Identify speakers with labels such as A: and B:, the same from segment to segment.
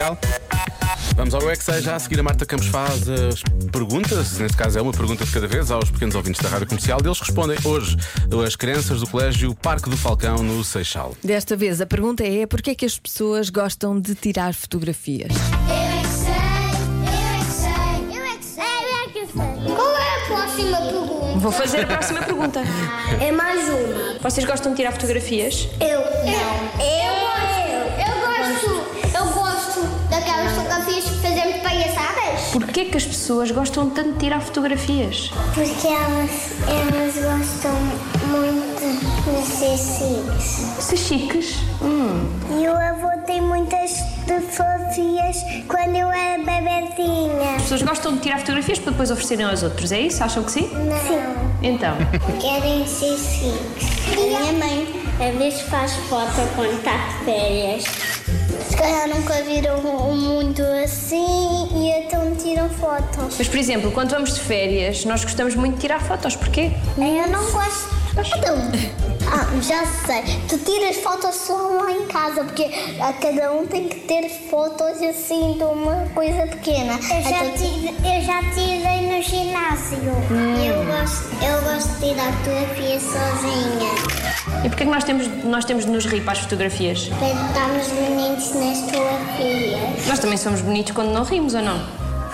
A: Comercial. Vamos ao UX já a seguir a Marta Campos faz as perguntas, neste caso é uma pergunta de cada vez aos pequenos ouvintes da Rádio Comercial. Eles respondem hoje as crianças do Colégio Parque do Falcão no Seixal.
B: Desta vez a pergunta é porque é que as pessoas gostam de tirar fotografias?
C: Eu é que sei, eu é que sei, eu é que sei, eu é que sei. Qual é a próxima pergunta?
D: Vou fazer a próxima pergunta.
C: É mais uma.
D: Vocês gostam de tirar fotografias?
C: Eu não. Eu, eu, eu gosto, eu gosto daquelas fotografias que fazemos palhaçadas.
D: Porquê que as pessoas gostam tanto de tirar fotografias?
C: Porque elas, elas gostam muito de ser simples.
D: Se chiques.
C: E o avô tem muitas fotografias quando eu era bebezinha.
D: As pessoas gostam de tirar fotografias para depois oferecerem aos outros, é isso? Acham que sim?
C: Não. Sim.
D: Então.
C: Querem ser simples. A minha mãe às vezes faz foto quando está de férias. Se calhar nunca viram o mundo assim e então tiram fotos.
D: Mas, por exemplo, quando vamos de férias, nós gostamos muito de tirar fotos. Porquê?
C: Eu não gosto. Ah, já sei. Tu tiras fotos só lá em casa, porque a cada um tem que ter fotos assim de uma coisa pequena. Eu já, tirei, eu já tirei no ginásio. Eu, gosto, eu gosto de tirar fotografia sozinha.
D: E porquê que nós temos, nós temos de nos rir para as fotografias?
C: Para estarmos bonitos nas é fotografias.
D: Nós também somos bonitos quando não rimos, ou não?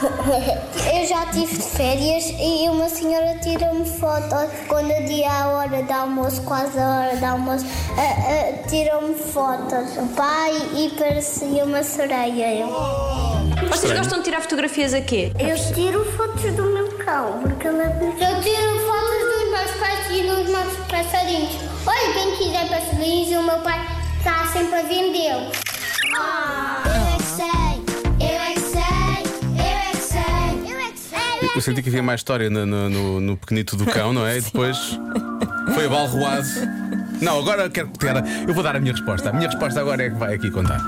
C: Eu já tive de férias e uma senhora tirou-me fotos quando eu dia a hora do almoço, quase a hora do almoço, ah, ah, tirou-me fotos. O pai e parecia uma sereia. Eu.
D: Vocês gostam de tirar fotografias a quê?
C: eu tiro fotos do meu cão, porque ele é Eu tiro fotos dos meus pais e dos meus passarinhos. Olha, quem quiser passarinhos, o meu pai está sempre a vendê-los. Eu é que sei, eu é que sei, eu é que sei, eu é que sei.
A: Eu senti que havia mais história no, no- no- no pequenito do cão, não é? E depois foi abalroado. Não, agora eu quero ter. Eu vou dar a minha resposta. A minha resposta agora é que vai aqui contar.